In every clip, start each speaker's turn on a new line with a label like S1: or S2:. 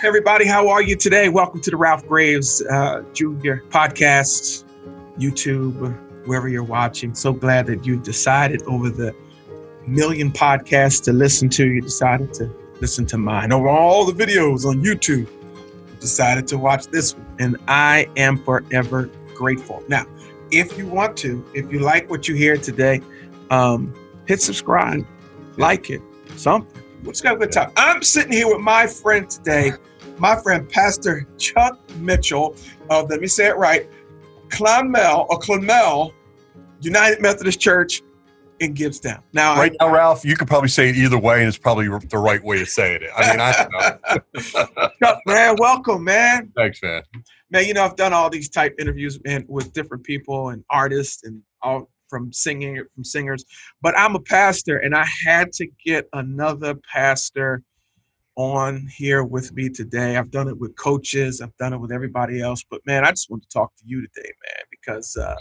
S1: Hey everybody, how are you today? Welcome to the Ralph Graves uh, Jr. podcast, YouTube, wherever you're watching. So glad that you decided over the million podcasts to listen to, you decided to listen to mine. Over all the videos on YouTube, you decided to watch this one, and I am forever grateful. Now, if you want to, if you like what you hear today, um, hit subscribe, like it, something. Let's have a good time. I'm sitting here with my friend today, my friend Pastor Chuck Mitchell of, let me say it right, Clonmel or Clonmel United Methodist Church in Gibbstown. Now,
S2: Right now, Ralph, you could probably say it either way, and it's probably the right way of saying it. I mean, I don't know.
S1: Chuck, man, welcome, man.
S2: Thanks, man.
S1: Man, you know, I've done all these type interviews and with different people and artists and all from singing from singers, but I'm a pastor and I had to get another pastor on here with me today. I've done it with coaches, I've done it with everybody else, but man, I just want to talk to you today, man, because uh,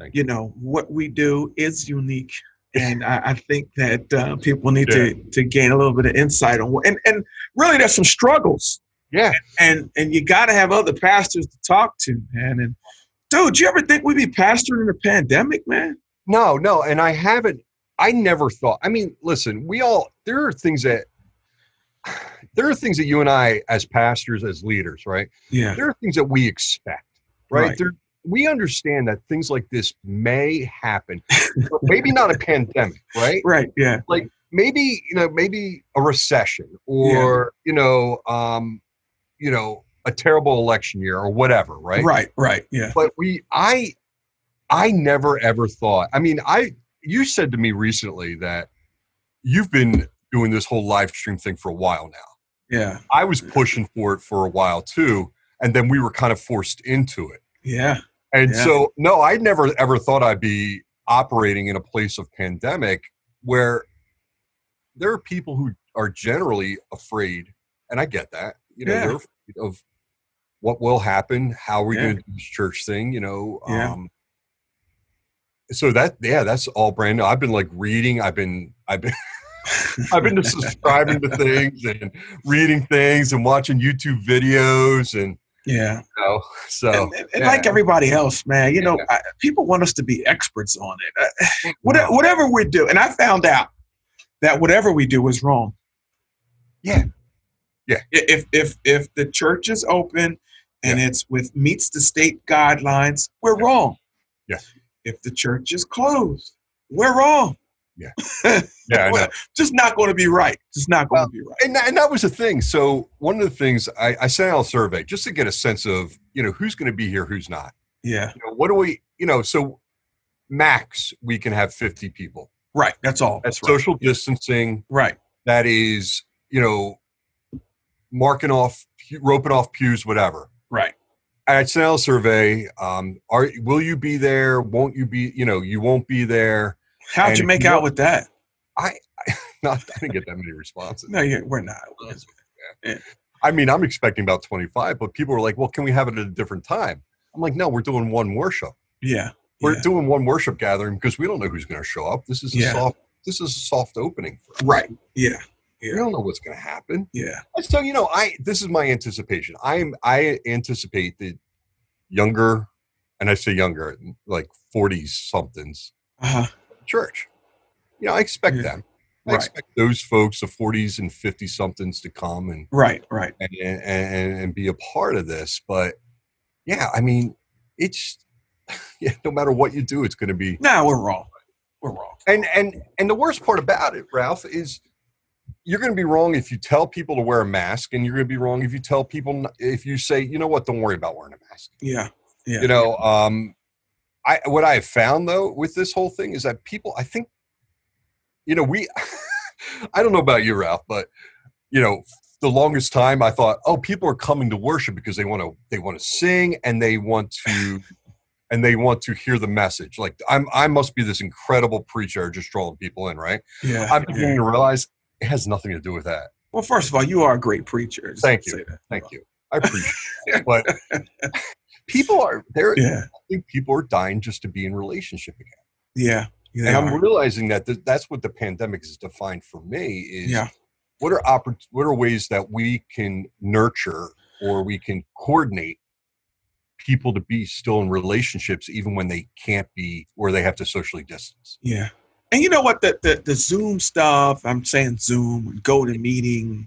S2: Thank
S1: you know what we do is unique, and I, I think that uh, people need to to gain a little bit of insight on what and and really there's some struggles
S2: Yeah.
S1: and and you got to have other pastors to talk to, man. And dude, you ever think we'd be pastoring in a pandemic, man?
S2: No, no. And I haven't, I never thought, I mean, listen, we all, there are things that, there are things that you and I, as pastors, as leaders, right?
S1: Yeah,
S2: There are things that we expect, right?
S1: Right.
S2: There, we understand that things like this may happen, but maybe not a pandemic, right?
S1: right. Yeah,
S2: maybe you know maybe a recession or you know um you know a terrible election year or whatever right
S1: right, right. yeah,
S2: but we i i never ever thought i mean i you said to me recently that you've been doing this whole live stream thing for a while now
S1: yeah,
S2: i was pushing for it for a while too and then we were kind of forced into it
S1: yeah,
S2: and
S1: Yeah.
S2: so, no, I never ever thought I'd be operating in a place of pandemic where there are people who are generally afraid, and I get that. You know,
S1: Yeah.
S2: they're afraid of what will happen, how we're
S1: Yeah.
S2: going to do this church thing. You know,
S1: Yeah.
S2: um, so that yeah, that's all brand new. I've been like reading. I've been I've been. I've been just subscribing to things and reading things and watching YouTube videos and
S1: yeah.
S2: you know, so
S1: and and- and like
S2: yeah.
S1: everybody else, man, you know,
S2: Yeah.
S1: I, people want us to be experts on it. I, whatever, whatever we do, and I found out that whatever we do is wrong.
S2: Yeah. Yeah.
S1: I- If if if the church is open and it's with meets the state guidelines, we're
S2: Yeah.
S1: wrong.
S2: Yeah.
S1: If the church is closed, we're wrong.
S2: yeah, I know.
S1: Well, just not going to be right. Just not going
S2: Well,
S1: to be right.
S2: and that, and that was the thing. So one of the things I, I sent out a survey just to get a sense of you know who's going to be here, who's not.
S1: Yeah.
S2: You know, what do we you know? So max we can have fifty people.
S1: Right. That's all.
S2: That's
S1: That's right.
S2: social distancing.
S1: Right.
S2: That is you know marking off, roping off pews, whatever.
S1: Right.
S2: And I sent out a survey. Um, are will you be there? Won't you be? You know, you won't be there.
S1: How'd
S2: And
S1: you
S2: if
S1: make
S2: you
S1: out
S2: want-
S1: with that?
S2: Not, I didn't get that many responses.
S1: No, you, we're not. Yeah.
S2: I mean, I'm expecting about 25, but people were like, well, can we have it at a different time? I'm like, no, we're doing one worship.
S1: Yeah.
S2: We're
S1: yeah.
S2: doing one worship gathering because we don't know who's going to show up. This is a
S1: Yeah.
S2: soft, this is a soft opening. For us.
S1: Right. Yeah.
S2: We
S1: Yeah.
S2: don't know what's going to happen.
S1: Yeah.
S2: And So you know, I this is my anticipation. I'm I anticipate that younger, and I say younger, like 40 somethings
S1: Uh-huh.
S2: church. You know, I expect
S1: Yeah.
S2: them. I
S1: Right.
S2: expect those folks, the 40s and 50 somethings, to come and
S1: Right. Right.
S2: and, and, and and be a part of this. But yeah, I mean, it's yeah, no matter what you do, it's going to be.
S1: No, we're wrong. We're wrong.
S2: And and and the worst part about it, Ralph, is you're going to be wrong if you tell people to wear a mask, and you're going to be wrong if you tell people n- if you say, you know what, don't worry about wearing a mask.
S1: Yeah. Yeah.
S2: You know, um, I what I have found though with this whole thing is that people, I think, you know, we, I don't know about you, Ralph, but you know, the longest time I thought, oh, people are coming to worship because they want to, they want to sing and they want to, and they want to hear the message. Like I'm, I must be this incredible preacher just drawing people in, right?
S1: yeah.
S2: I'm
S1: yeah.
S2: beginning to realize it has nothing to do with that.
S1: Well, first of all, you are a great preacher. Just
S2: Thank
S1: say that.
S2: Thank you, I appreciate it, but people are there.
S1: Yeah.
S2: I think people are dying just to be in relationship again.
S1: Yeah.
S2: and
S1: Yeah.
S2: I'm realizing that th- that's what the pandemic has defined for me is
S1: Yeah.
S2: what are oppor- what are ways that we can nurture or we can coordinate people to be still in relationships even when they can't be or they have to socially distance
S1: Yeah. And you know what? The, the, the Zoom stuff, I'm saying Zoom, and GoToMeeting,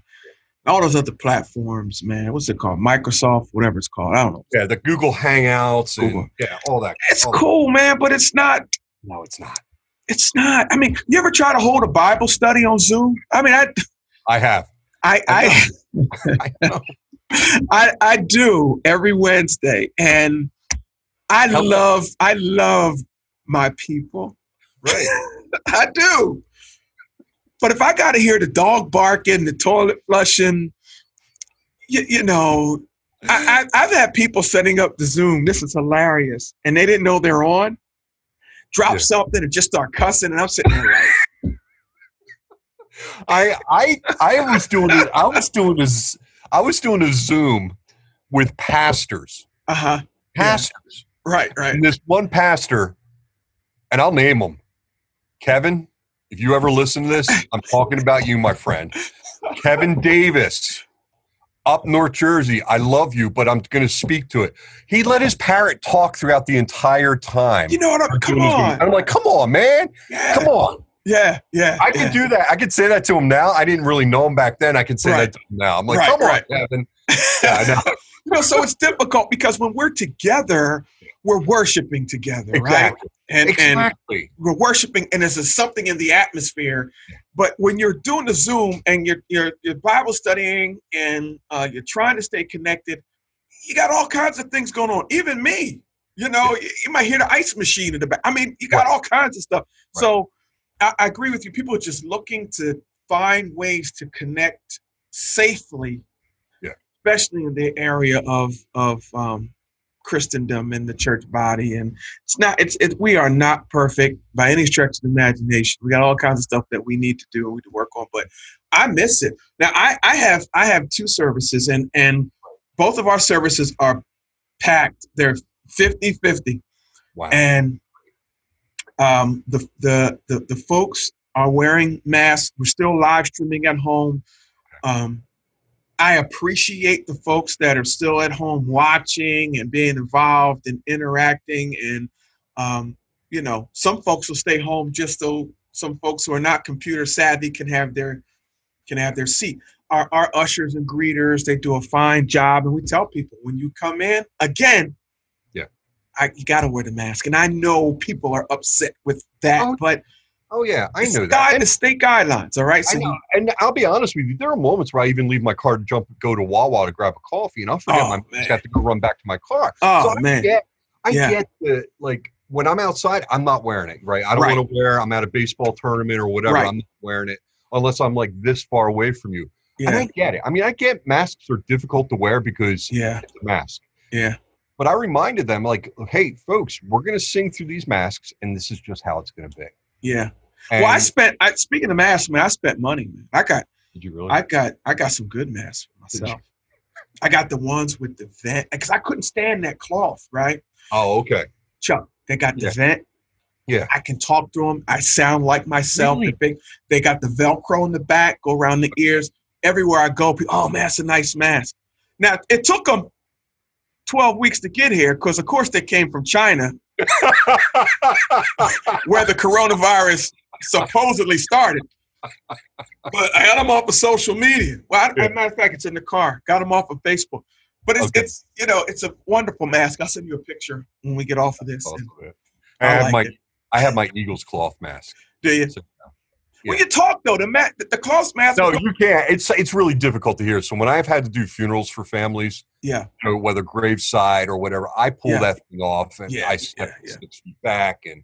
S1: all those other platforms, man. What's it called? Microsoft, whatever it's called. I don't know.
S2: yeah the google hangouts and
S1: Google.
S2: yeah all that
S1: It's
S2: all-
S1: cool, man, but it's not.
S2: no it's not
S1: It's not. I mean, you ever try to hold a Bible study on Zoom? I mean, I,
S2: i have
S1: I, I
S2: I know.
S1: I, I do every Wednesday, and I
S2: Help.
S1: love I love my people.
S2: right
S1: I do. But if I got to hear the dog barking, the toilet flushing, you, you know, I, I, I've had people setting up the Zoom. This is hilarious, and they didn't know they're on. Drop
S2: Yeah.
S1: something and just start cussing, and I'm sitting there like,
S2: I I I was doing it. I was doing a z- I was doing a Zoom with pastors,
S1: uh huh, Yeah.
S2: pastors,
S1: right, right,
S2: and this one pastor, and I'll name him, Kevin. If you ever listen to this, I'm talking about you, my friend, Kevin Davis, up North Jersey. I love you, but I'm going to speak to it. He let his parrot talk throughout the entire time.
S1: you know what? I'm, come
S2: And
S1: on,
S2: I'm like, come on, man,
S1: yeah,
S2: come on.
S1: yeah, yeah.
S2: I
S1: yeah.
S2: could do that. I could say that to him now. I didn't really know him back then. I can say
S1: Right.
S2: that to him now. I'm like,
S1: Right,
S2: come
S1: right.
S2: on, Kevin. Yeah, I know.
S1: you know, so it's difficult because when we're together, we're worshiping together, right?
S2: exactly.
S1: And and
S2: exactly.
S1: we're worshiping, and there's a, something in the atmosphere. But when you're doing the Zoom and you're you're, you're Bible studying and uh, you're trying to stay connected, you got all kinds of things going on. Even me, you know, you, you might hear the ice machine in the back. I mean, you got all kinds of stuff.
S2: Right.
S1: So I, I agree with you. People are just looking to find ways to connect safely especially in the area of of um, Christendom and the church body. And it's not it's it, we are not perfect by any stretch of the imagination. We got all kinds of stuff that we need to do and we need to work on. But I miss it now. I I have I have two services and and both of our services are packed. They're 50-50
S2: Wow.
S1: and um, the, the the the folks are wearing masks. We're still live streaming at home. Um, I appreciate the folks that are still at home watching and being involved and interacting. And um, you know, some folks will stay home just so some folks who are not computer savvy can have their can have their seat. Our, our ushers and greeters, they do a fine job. And we tell people when you come in, again, I, you got to wear the mask. And I know people are upset with that,
S2: Oh,
S1: but
S2: oh yeah, I
S1: it's
S2: know
S1: guide-
S2: that.
S1: it's state guidelines, all right?
S2: I
S1: So
S2: know.
S1: you-
S2: And I'll be honest with you. There are moments where I even leave my car to jump, go to Wawa to grab a coffee, and I'll forget
S1: Oh,
S2: my
S1: man.
S2: I have to go run back to my car.
S1: oh,
S2: So I
S1: man.
S2: get, I
S1: Yeah.
S2: get the like when I'm outside, I'm not wearing it. Right, I don't
S1: Right.
S2: want to wear. I'm at a baseball tournament or whatever.
S1: Right.
S2: I'm not wearing it unless I'm like this far away from you. And
S1: Yeah,
S2: I get it. I mean, I get masks are difficult to wear because
S1: yeah,
S2: it's a mask.
S1: yeah,
S2: But I reminded them, like, hey, folks, we're going to sing through these masks, and this is just how it's going to be.
S1: yeah.
S2: And
S1: well, I spent, I, speaking of masks, man, I spent money, man. I got,
S2: did you really?
S1: I got, I got some good masks for
S2: Did you-
S1: myself. I got the ones with the vent because I couldn't stand that cloth, right?
S2: oh, okay.
S1: Chuck, they got the
S2: Yeah.
S1: vent.
S2: Yeah.
S1: I can talk to them. I sound like myself.
S2: Really?
S1: The big, they got the Velcro in the back, go around the ears. Everywhere I go, people, oh man, it's a nice mask. Now it took them 12 weeks to get here because, of course, they came from China where the coronavirus supposedly started. But I got them off of social media. Well, I,
S2: Yeah.
S1: as a matter of fact, it's in the car. Got them off of Facebook. But it's,
S2: Okay.
S1: it's you know, it's a wonderful mask. I'll send you a picture when we get off of this.
S2: Oh,
S1: and-
S2: good. I,
S1: I
S2: have
S1: like
S2: my
S1: it.
S2: I have my Eagles cloth mask.
S1: Do you?
S2: So,
S1: When you talk though, the ma- the, the cloth mask.
S2: No, you can't. It's it's really difficult to hear. So when I've had to do funerals for families,
S1: yeah,
S2: you know, whether graveside or whatever, I pull
S1: Yeah.
S2: that thing off and
S1: Yeah,
S2: I step
S1: yeah, yeah.
S2: six feet back, and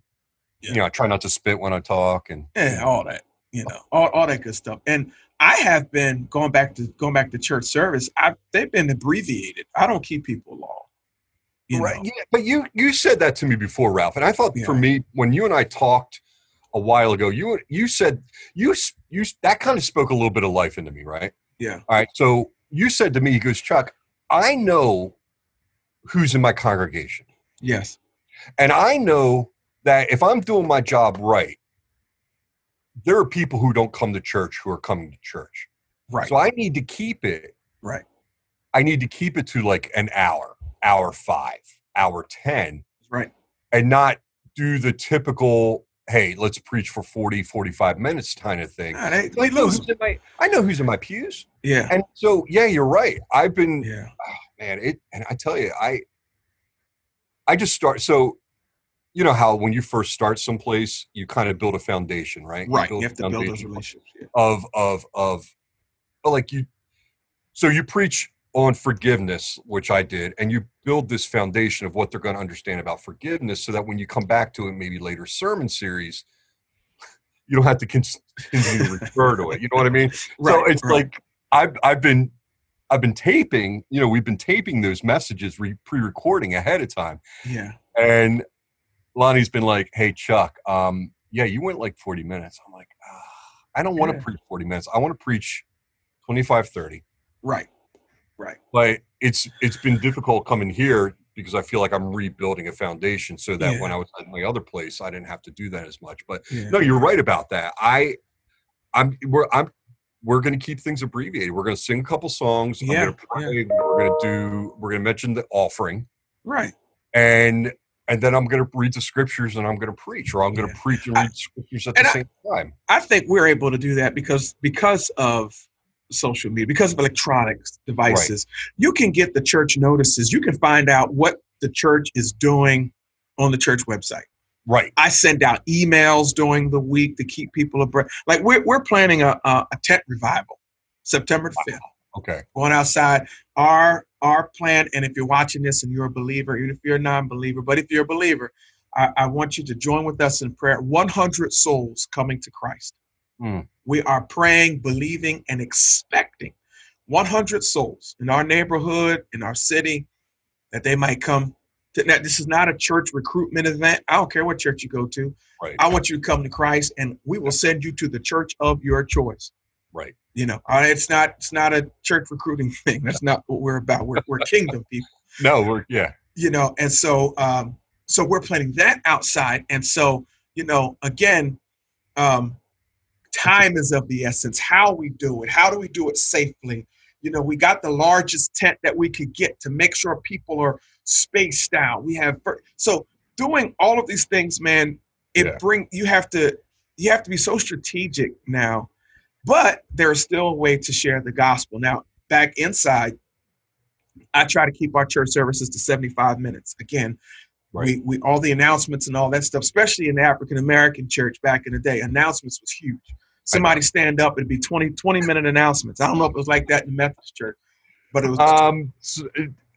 S1: Yeah.
S2: you know, I try not to spit when I talk, and
S1: yeah, eh, all that. You know, all, all that good stuff. And I have been going back to going back to church service. I they've been abbreviated. I don't keep people long. You
S2: right.
S1: know.
S2: Yeah, but you you said that to me before, Ralph, and I thought
S1: Yeah.
S2: for me when you and I talked a while ago, you you said you s- you s- that kind of spoke a little bit of life into me, right?
S1: Yeah.
S2: All right. So you said to me, he goes, Chuck, I know who's in my congregation,
S1: Yes.
S2: and I know that if I'm doing my job right, there are people who don't come to church who are coming to church.
S1: Right.
S2: So I need to keep it.
S1: Right.
S2: I need to keep it to like an hour, hour five, hour 10,
S1: right.
S2: and not do the typical, hey, let's preach for 40, 45 minutes kind of thing.
S1: Nah, they, they
S2: I know
S1: lose.
S2: who's in my, I know who's in my pews.
S1: Yeah.
S2: And so, yeah, you're right. I've been,
S1: Yeah.
S2: man it and i tell you i i just start so you know how when you first start someplace you kind of build a foundation right
S1: Right.
S2: build
S1: You
S2: a
S1: have to build those
S2: foundation
S1: relationships. Yeah.
S2: of of of but like you so you preach on forgiveness which i did and you build this foundation of what they're going to understand about forgiveness so that when you come back to it maybe later sermon series you don't have to con- continue to refer to it you know what i mean so it's like I've I've been I've been taping. You know, we've been taping those messages, re- pre-recording ahead of time.
S1: yeah.
S2: And Lonnie's been like, "Hey, Chuck, um, yeah, you went like 40 minutes." I'm like, ah, "I don't want to
S1: Yeah.
S2: preach 40 minutes. I want to preach 25, 30."
S1: Right. Right.
S2: But it's it's been difficult coming here because I feel like I'm rebuilding a foundation so that
S1: Yeah.
S2: when I was at my other place, I didn't have to do that as much. But
S1: Yeah.
S2: no, you're right about that. I, I'm, we're, I'm, we're going to keep things abbreviated. We're going to sing a couple songs.
S1: Yeah,
S2: I'm going to pray. We're going to do. We're going to mention the offering,
S1: Right.
S2: and and then I'm going to read the scriptures, and I'm going to preach, or I'm going to
S1: Yeah.
S2: preach and
S1: I-
S2: read scriptures at the
S1: and I-
S2: same time.
S1: I think we're able to do that because because of social media, because of electronics devices, you can get the church notices. You can find out what the church is doing on the church website.
S2: Right.
S1: I send out emails during the week to keep people abreast. Like we're we're planning a a, a tent revival, September the fifth.
S2: Okay.
S1: Going outside, our our plan. And if you're watching this and you're a believer, even if you're a non-believer, but if you're a believer, I, I want you to join with us in prayer. 100 souls coming to Christ.
S2: Mm.
S1: We are praying, believing, and expecting 100 souls in our neighborhood, in our city, that they might come. To, now, this is not a church recruitment event. I don't care what church you go to.
S2: Right.
S1: I want you to come to Christ, and we will send you to the church of your choice.
S2: Right.
S1: You know, uh, it's not it's not a church recruiting thing. That's not what we're about. We're we're kingdom people
S2: No. We're yeah.
S1: you know and so um so we're planning that outside and so you know again um time is of the essence how we do it how do we do it safely you know we got the largest tent that we could get to make sure people are spaced out we have fir- so doing all of these things man it
S2: Yeah.
S1: bring you have to you have to be so strategic now but there's still a way to share the gospel now back inside I try to keep our church services to 75 minutes. Again,
S2: Right.
S1: we, we all the announcements and all that stuff, especially in the African American church back in the day, announcements was huge. Somebody stand up, it'd be 20, 20 minute announcements. I don't know if it was like that in the Methodist church, but it was uh
S2: Um. so,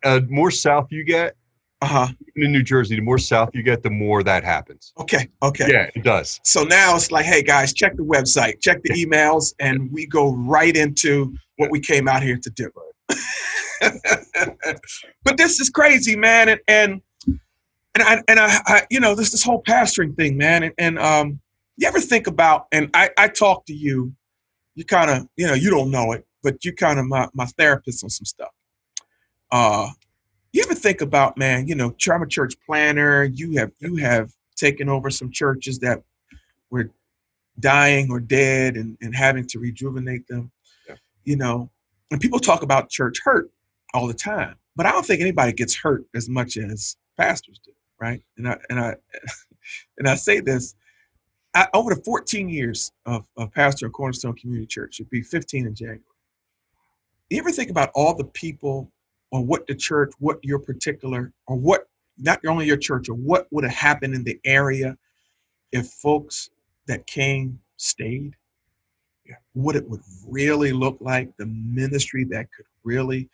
S2: uh, more south you get
S1: huh.
S2: even in New Jersey, the more south you get, the more that happens.
S1: Okay, okay.
S2: Yeah, it does.
S1: So now it's like, hey guys, check the website, check the emails, and we go right into what we came out here to do. but this is crazy, man, and and and I, and I, I you know this this whole pastoring thing, man, and, and um, you ever think about? And I I talk to you, you kind of you know you don't know it, but you kind of my my therapist on some stuff. Uh, you ever think about, man? You know, I'm a church planner. You have you have taken over some churches that were dying or dead and, and having to rejuvenate them.
S2: Yeah.
S1: You know, and people talk about church hurt all the time, but I don't think anybody gets hurt as much as pastors do, right? And I and I and I say this. I, over the 14 years of, of pastor of Cornerstone Community Church, it'd be 15 in January. You ever think about all the people or what the church, what your particular, or what not only your church, or what would have happened in the area if folks that came stayed?
S2: Yeah.
S1: What it would really look like, the ministry that could really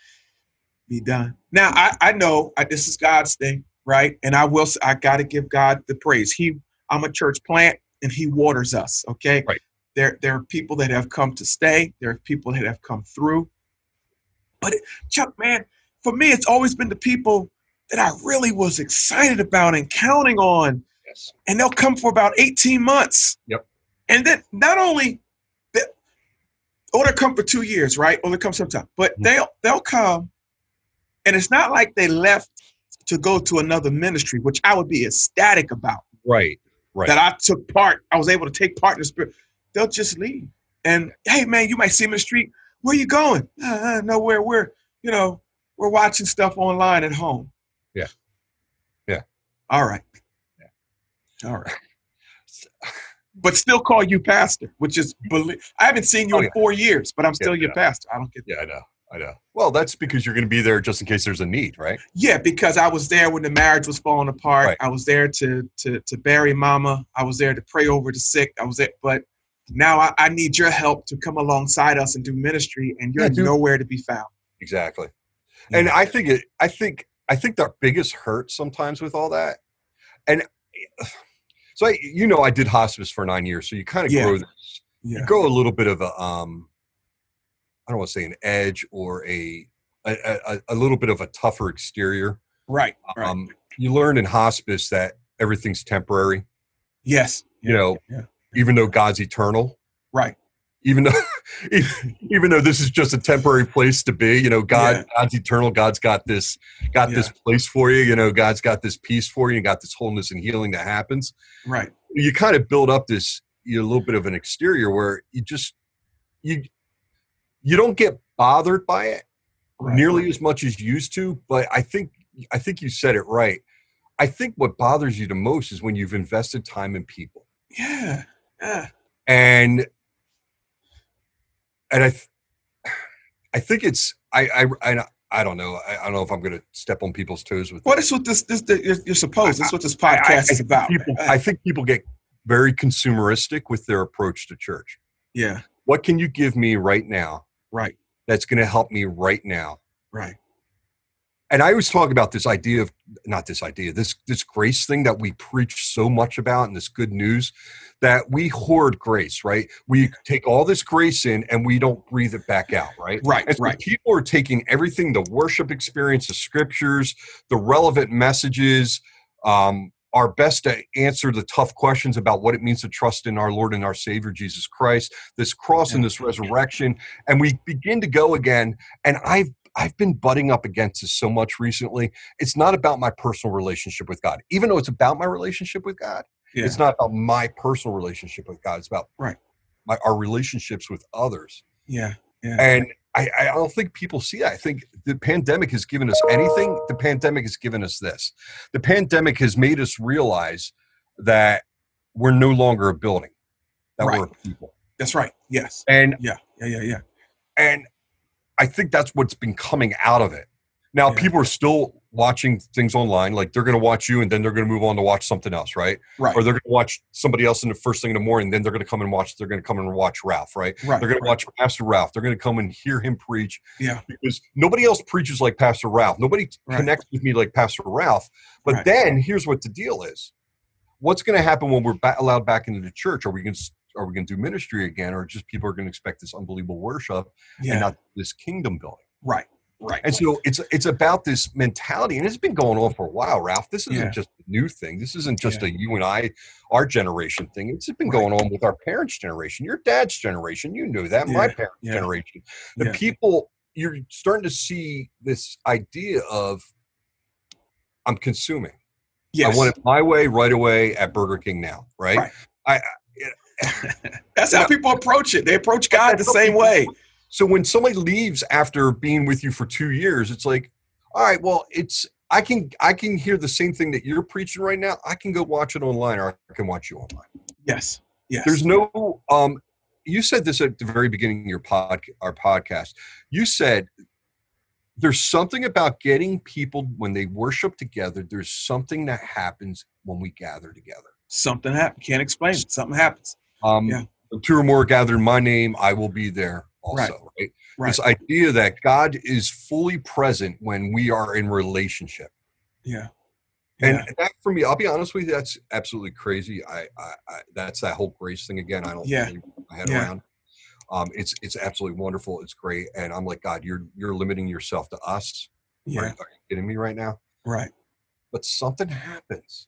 S1: be done. Now, I, I know I, this is God's thing, right? And I will, s- I got to give God the praise. He, I'm a church plant and He waters us, okay?
S2: Right.
S1: There, there are people that have come to stay, there are people that have come through. But it, Chuck, man, for me, it's always been the people that I really was excited about and counting on
S2: Yes.
S1: and they'll come for about 18 months.
S2: Yep.
S1: And then not only they- or they'll come for two years, right? Or they come sometime. But
S2: Mhm.
S1: they'll they'll come and it's not like they left to go to another ministry, which I would be ecstatic about.
S2: Right. Right.
S1: That I took part, I was able to take part in the spirit. They'll just leave. And hey man, you might see them in the street. where you going? Uh, uh, nowhere. We're you know we're watching stuff online at home.
S2: Yeah. Yeah.
S1: All right. All right. But still call you pastor, which is belie- I haven't seen you
S2: Oh,
S1: in
S2: yeah.
S1: four years, but I'm still
S2: yeah.
S1: your pastor. I don't get
S2: Yeah, I know. I know. Well, that's because you're going to be there just in case there's a need, right?
S1: Yeah, because I was there when the marriage was falling apart.
S2: Right.
S1: I was there to to to bury mama. I was there to pray over the sick. I was there, but now I, I need your help to come alongside us and do ministry, and you're
S2: Yeah, dude.
S1: nowhere to be found.
S2: Exactly. And I think it. I think. I think the biggest hurt sometimes with all that, and so I, you know, I did hospice for nine years, so you kind of
S1: Yeah.
S2: grow this
S1: yeah,
S2: you go a little bit of a um i don't want to say an edge or a a, a, a little bit of a tougher exterior
S1: right, right.
S2: um you learn in hospice that everything's temporary
S1: yes,
S2: you know
S1: yeah.
S2: even though god's eternal
S1: right,
S2: even though even, even though this is just a temporary place to be you know god
S1: Yeah.
S2: god's eternal god's got this got this place for you you know god's got this peace for you and got this wholeness and healing that happens
S1: right.
S2: you kind of build up this you know, little bit of an exterior where you just you you don't get bothered by it
S1: right.
S2: nearly as much as you used to but i think i think you said it right i think what bothers you the most is when you've invested time in people
S1: Yeah, yeah,
S2: and and i th- i think it's i i and I, I don't know I, I don't know if i'm gonna step on people's toes with
S1: Well,
S2: this.
S1: that's what this this the, you're, you're supposed. That's what this
S2: I- I-
S1: podcast is about. Uh,
S2: people i think people get very consumeristic with their approach to church
S1: yeah,
S2: what can you give me right now
S1: right,
S2: that's going to help me right now
S1: right.
S2: and i always talk about this idea of not this idea this this grace thing that we preach so much about and this good news that we hoard grace right we take all this grace in and we don't breathe it back out right
S1: Right,
S2: and so
S1: right.
S2: people are taking everything the worship experience the scriptures the relevant messages um, our best to answer the tough questions about what it means to trust in our lord and our savior jesus christ this cross and this resurrection and we begin to go again and i've i've been butting up against this so much recently it's not about my personal relationship with god even though it's about my relationship with god
S1: Yeah,
S2: it's not about my personal relationship with god it's about
S1: Right.
S2: my, our relationships with others
S1: yeah,
S2: and I, I don't think people see that. I think the pandemic has given us anything. The pandemic has given us this. The pandemic has made us realize that we're no longer a building, that we're a people.
S1: that's right. Yes,
S2: And
S1: yeah, yeah, yeah, yeah.
S2: and I think that's what's been coming out of it. Now
S1: Yeah.
S2: people are still watching things online. Like they're going to watch you, and then they're going to move on to watch something else, right?
S1: Right,
S2: Or they're going to watch somebody else in the first thing in the morning. Then they're going to come and watch. They're going to come and watch Ralph, right?
S1: right.
S2: They're going to
S1: right.
S2: watch Pastor Ralph. They're going to come and hear him preach.
S1: Yeah.
S2: Because nobody else preaches like Pastor Ralph. Nobody
S1: Right.
S2: connects with me like Pastor Ralph. But
S1: Right.
S2: then here's what the deal is. What's going to happen when we're ba- allowed back into the church? Are we going to are we going to do ministry again, or just people are going to expect this unbelievable worship
S1: Yeah,
S2: and not this kingdom building?
S1: right, right.
S2: And so it's it's about this mentality, and it's been going on for a while, Ralph. This isn't
S1: Yeah.
S2: just a new thing. This isn't just a you and I, our generation thing. It's been
S1: Right.
S2: going on with our parents' generation, your dad's generation. You knew that. My
S1: Yeah,
S2: parents'
S1: yeah,
S2: generation. The
S1: yeah.
S2: people you're starting to see this idea of I'm consuming.
S1: Yes.
S2: I want it my way right away at Burger King now, right?
S1: Right. That's how people approach it. They approach God the same way.
S2: So when somebody leaves after being with you for two years, it's like, all right, well, it's I can I can hear the same thing that you're preaching right now. I can go watch it online, or I can watch you online.
S1: Yes. Yes.
S2: There's no um. You said this at the very beginning of your pod our podcast. You said there's something about getting people when they worship together. There's something that happens when we gather together.
S1: something happens. Can't explain it. Something happens.
S2: Um,
S1: Yeah.
S2: when Two or more gathered in my name, I will be there also.
S1: Right.
S2: right?
S1: Right.
S2: this idea that God is fully present when we are in relationship.
S1: Yeah.
S2: And
S1: Yeah.
S2: that for me, I'll be honest with you, that's absolutely crazy. I, I, I that's that whole grace thing again. I don't
S1: Yeah.
S2: really wrap my head
S1: Yeah.
S2: around. Um, it's it's absolutely wonderful. It's great, and I'm like God. You're you're limiting yourself to us.
S1: Yeah.
S2: Are, you- are you kidding me right now?
S1: Right.
S2: But something happens,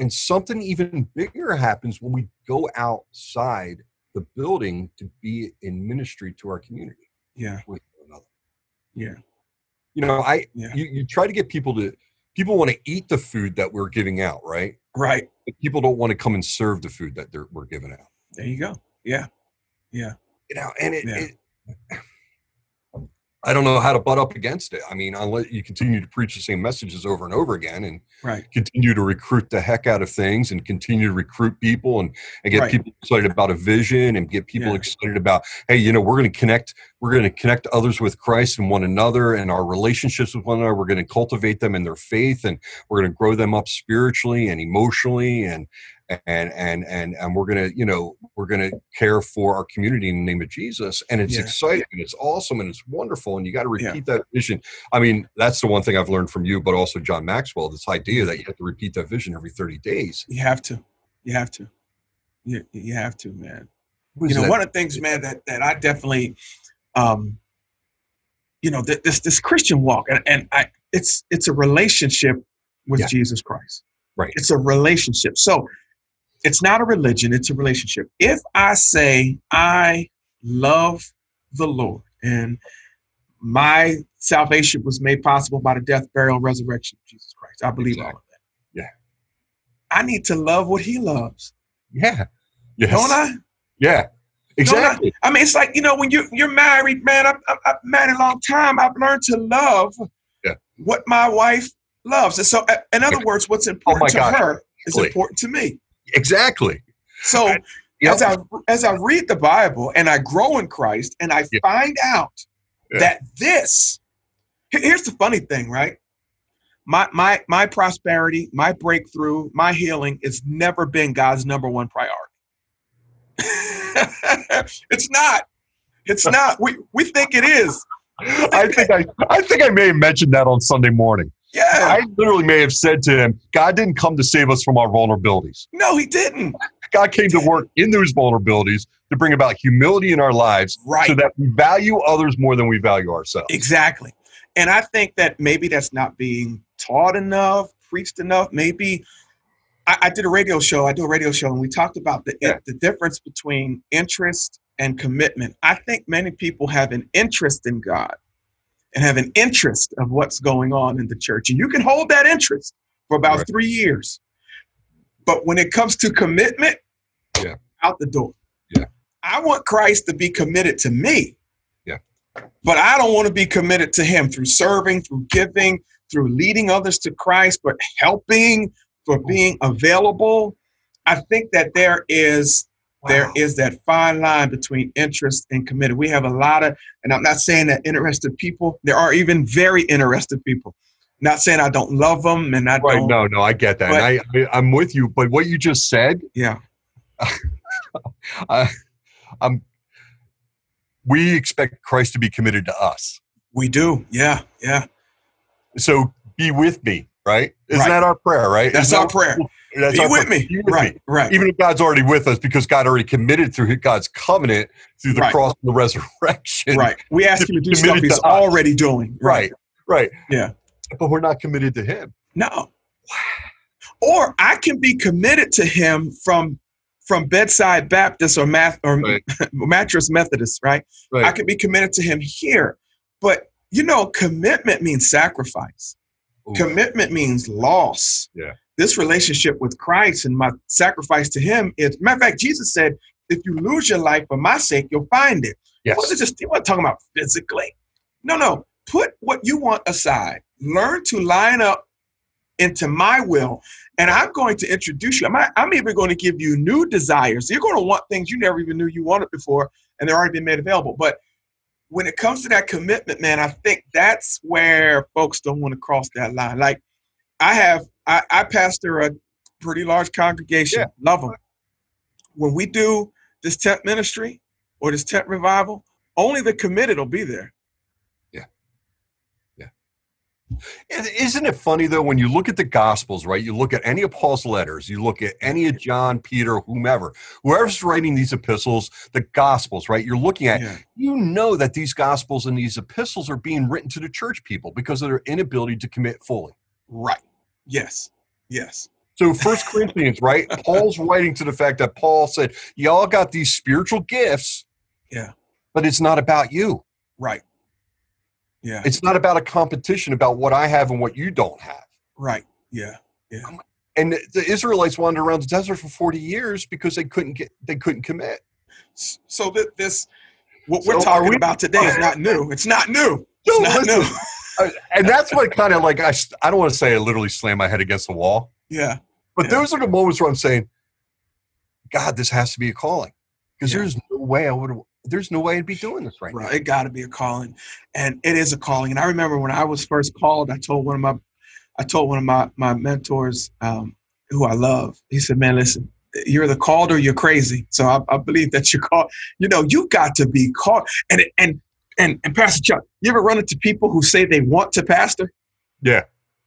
S2: and something even bigger happens when we go outside the building to be in ministry to our community
S1: Yeah.
S2: with one another
S1: Yeah.
S2: you know i
S1: Yeah.
S2: you, you try to get people to people want to eat the food that we're giving out right
S1: Right.
S2: but people don't want to come and serve the food that they're, we're giving out
S1: There you go. Yeah.
S2: you know and it,
S1: Yeah.
S2: it I don't know how to butt up against it. I mean, unless you continue to preach the same messages over and over again and
S1: Right.
S2: continue to recruit the heck out of things and continue to recruit people and, and get
S1: Right.
S2: people excited about a vision and get people
S1: Yeah.
S2: excited about, hey, you know, we're going to connect, we're going to connect others with Christ and one another and our relationships with one another. We're going to cultivate them in their faith and we're going to grow them up spiritually and emotionally and, and and and and we're gonna you know we're gonna care for our community in the name of jesus and it's
S1: Yeah.
S2: exciting and it's awesome and it's wonderful and you got to
S1: Yeah.
S2: repeat that vision i mean that's the one thing i've learned from you but also john maxwell this
S1: Mm-hmm.
S2: idea that you have to repeat that vision every 30 days
S1: You have to. You have to. You, you have to, man.
S2: What
S1: you
S2: is
S1: know,
S2: that?
S1: one of the things, man, that that I definitely, um, you know, th- this this Christian walk, and, and I, it's it's a relationship with
S2: Yeah.
S1: Jesus Christ.
S2: Right.
S1: It's a relationship. So it's not a religion; it's a relationship. If I say I love the Lord and my salvation was made possible by the death, burial, and resurrection of Jesus Christ, I believe all of that.
S2: Yeah.
S1: I need to love what He loves,
S2: yeah yes.
S1: don't I?
S2: yeah exactly
S1: I mean, it's like you know when you you're married, man. I'm, I'm, I'm married a long time. I've learned to love
S2: Yeah.
S1: what my wife loves, and so uh, in other
S2: Okay.
S1: words, what's important
S2: Oh my
S1: to
S2: God.
S1: her is
S2: Exactly.
S1: important to me.
S2: exactly
S1: So
S2: Right. Yep.
S1: as I as I read the Bible and I grow in Christ and I
S2: Yeah.
S1: find out
S2: Yeah.
S1: that this he- here's the funny thing, right? My my my prosperity, my breakthrough, my healing has never been God's number one priority. it's not. It's not. We we think it is.
S2: i think i i think i may have mentioned that on sunday morning
S1: Yeah.
S2: i literally may have said to him god didn't come to save us from our vulnerabilities
S1: No, he didn't.
S2: god came to work in those vulnerabilities to bring about humility in our lives
S1: Right.
S2: so that we value others more than we value ourselves.
S1: Exactly. And I think that maybe that's not being taught enough, preached enough. Maybe I, I did a radio show. I do a radio show, and we talked about the
S2: Yeah.
S1: the difference between interest and commitment. I think many people have an interest in God and have an interest of what's going on in the church, and you can hold that interest for about
S2: Right.
S1: three years. But when it comes to commitment,
S2: Yeah.
S1: out the door.
S2: Yeah.
S1: I want Christ to be committed to me but I don't want to be committed to him through serving, through giving, through leading others to Christ, but helping, for
S2: Mm.
S1: being available. I think that there is there is that fine line between interest and committed. We have a lot of, and I'm not saying that interested people. There are even very interested people. Not saying I don't love them, and I
S2: Right.
S1: don't.
S2: No, no, I get that. and I, I, I'm with you. But what you just said,
S1: Yeah,
S2: I, I'm, we expect Christ to be committed to us.
S1: we do. Yeah, yeah.
S2: So be with me, right? Isn't
S1: Right.
S2: that our prayer, right?
S1: That's
S2: Isn't
S1: our
S2: that-
S1: prayer.
S2: That's
S1: be
S2: our
S1: with
S2: prayer.
S1: me.
S2: Be with
S1: Right, right.
S2: Even if God's already with us because God already committed through God's covenant through the
S1: Right.
S2: cross and the resurrection.
S1: Right. We ask him to do stuff
S2: Committed
S1: he's
S2: to us.
S1: already doing.
S2: Right. Right.
S1: Yeah.
S2: But we're not committed to Him.
S1: No. Or I can be committed to him from from bedside Baptist or math or
S2: Right.
S1: mattress Methodist, right?
S2: Right.
S1: I can be committed to him here. But you know, commitment means sacrifice.
S2: Ooh.
S1: Commitment means loss.
S2: Yeah.
S1: This relationship with Christ and my sacrifice to him is matter of fact, Jesus said, if you lose your life for my sake, you'll find it. It
S2: yes.
S1: wasn't just he wasn't talking about physically. No, no. Put what you want aside. Learn to line up into my will, and I'm going to introduce you. I'm, I'm even going to give you new desires. You're going to want things you never even knew you wanted before, and they're already been made available. But when it comes to that commitment, man, I think that's where folks don't want to cross that line. Like I have, I, I pastor a pretty large congregation.
S2: Yeah.
S1: Love them. When we do this tent ministry or this tent revival, only the committed will be there.
S2: And Isn't it funny though when you look at the Gospels, right? You look at any of Paul's letters, you look at any of John, Peter, whomever, whoever's writing these epistles, the Gospels, right? You're looking at,
S1: Yeah.
S2: you know that these Gospels and these epistles are being written to the church people because of their inability to commit fully.
S1: Right. Yes. Yes.
S2: So First Corinthians, right? Paul's writing to the fact that Paul said, "Y'all got these spiritual gifts,
S1: Yeah.
S2: but it's not about you.
S1: Right. Yeah.
S2: It's not about a competition about what I have and what you don't have."
S1: Right. Yeah. Yeah.
S2: and the Israelites wandered around the desert for 40 years because they couldn't get they couldn't commit.
S1: S- So that this what we're
S2: So are
S1: talking
S2: we-
S1: about today is not new. It's not new.
S2: No,
S1: It's not
S2: listen.
S1: new.
S2: I- and that's what kind of like I, s- I don't want to say I literally slammed my head against the wall,
S1: Yeah.
S2: but
S1: Yeah.
S2: those are the moments where I'm saying, God, this has to be a calling because
S1: Yeah.
S2: there's no way I would. There's no way I'd be doing this right,
S1: Right. It got to be a calling, and it is a calling. And I remember when I was first called, I told one of my, I told one of my my mentors, um, who I love. He said, "Man, listen, you're the called or you're crazy." So I, I believe that you're called. You know, you got to be called. And it- and and and Pastor Chuck, you ever run into people who say they want to pastor?
S2: Yeah.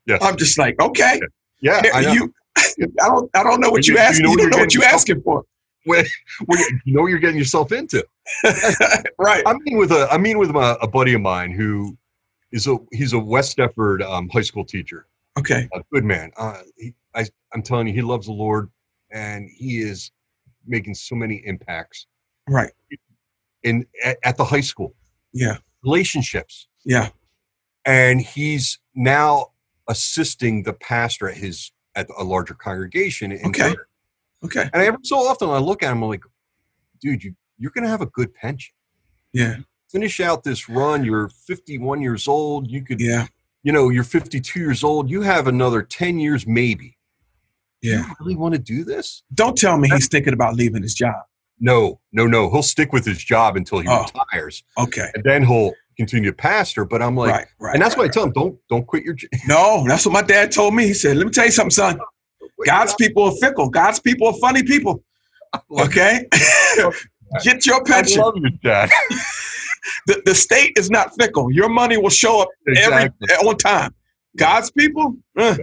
S2: Yes.
S1: I'm just like, okay,
S2: now. Yeah, I know.
S1: you. I don't. I don't know what
S2: You-
S1: you
S2: you
S1: asking.
S2: know
S1: You
S2: what
S1: don't
S2: you're
S1: know what
S2: getting
S1: you asking for.
S2: Well, you you know what you're getting yourself into.
S1: right.
S2: I mean, with a I mean with my, a buddy of mine who is a he's a West Deptford um, high school teacher,
S1: Okay.
S2: a good man. Uh, he, I I'm telling you, he loves the Lord, and he is making so many impacts
S1: Right.
S2: in at, at the high school
S1: Yeah.
S2: relationships,
S1: Yeah.
S2: and he's now assisting the pastor at his at a larger congregation. In
S1: Okay.
S2: church.
S1: Okay.
S2: And every so often, I look at him I'm like, dude, you you're gonna have a good pension.
S1: Yeah.
S2: Finish out this run. You're 51 years old. You could
S1: Yeah.
S2: you know, you're 52 years old, you have another 10 years maybe.
S1: Yeah.
S2: You really want to do this?
S1: Don't tell me he's thinking about leaving his job.
S2: No, no, no. He'll stick with his job until he
S1: Oh.
S2: retires,
S1: Okay.
S2: and then he'll continue to pastor. But I'm like,
S1: right, right.
S2: and that's
S1: right,
S2: why I tell him, don't don't quit your. j-
S1: right. No, that's what my dad told me. He said, "Let me tell you something, son. God's people are fickle. God's people are funny people. Okay, get your
S2: I
S1: pension.
S2: love you, Dad.
S1: The, the state is not fickle. Your money will show up every
S2: Exactly.
S1: on time. God's people, eh,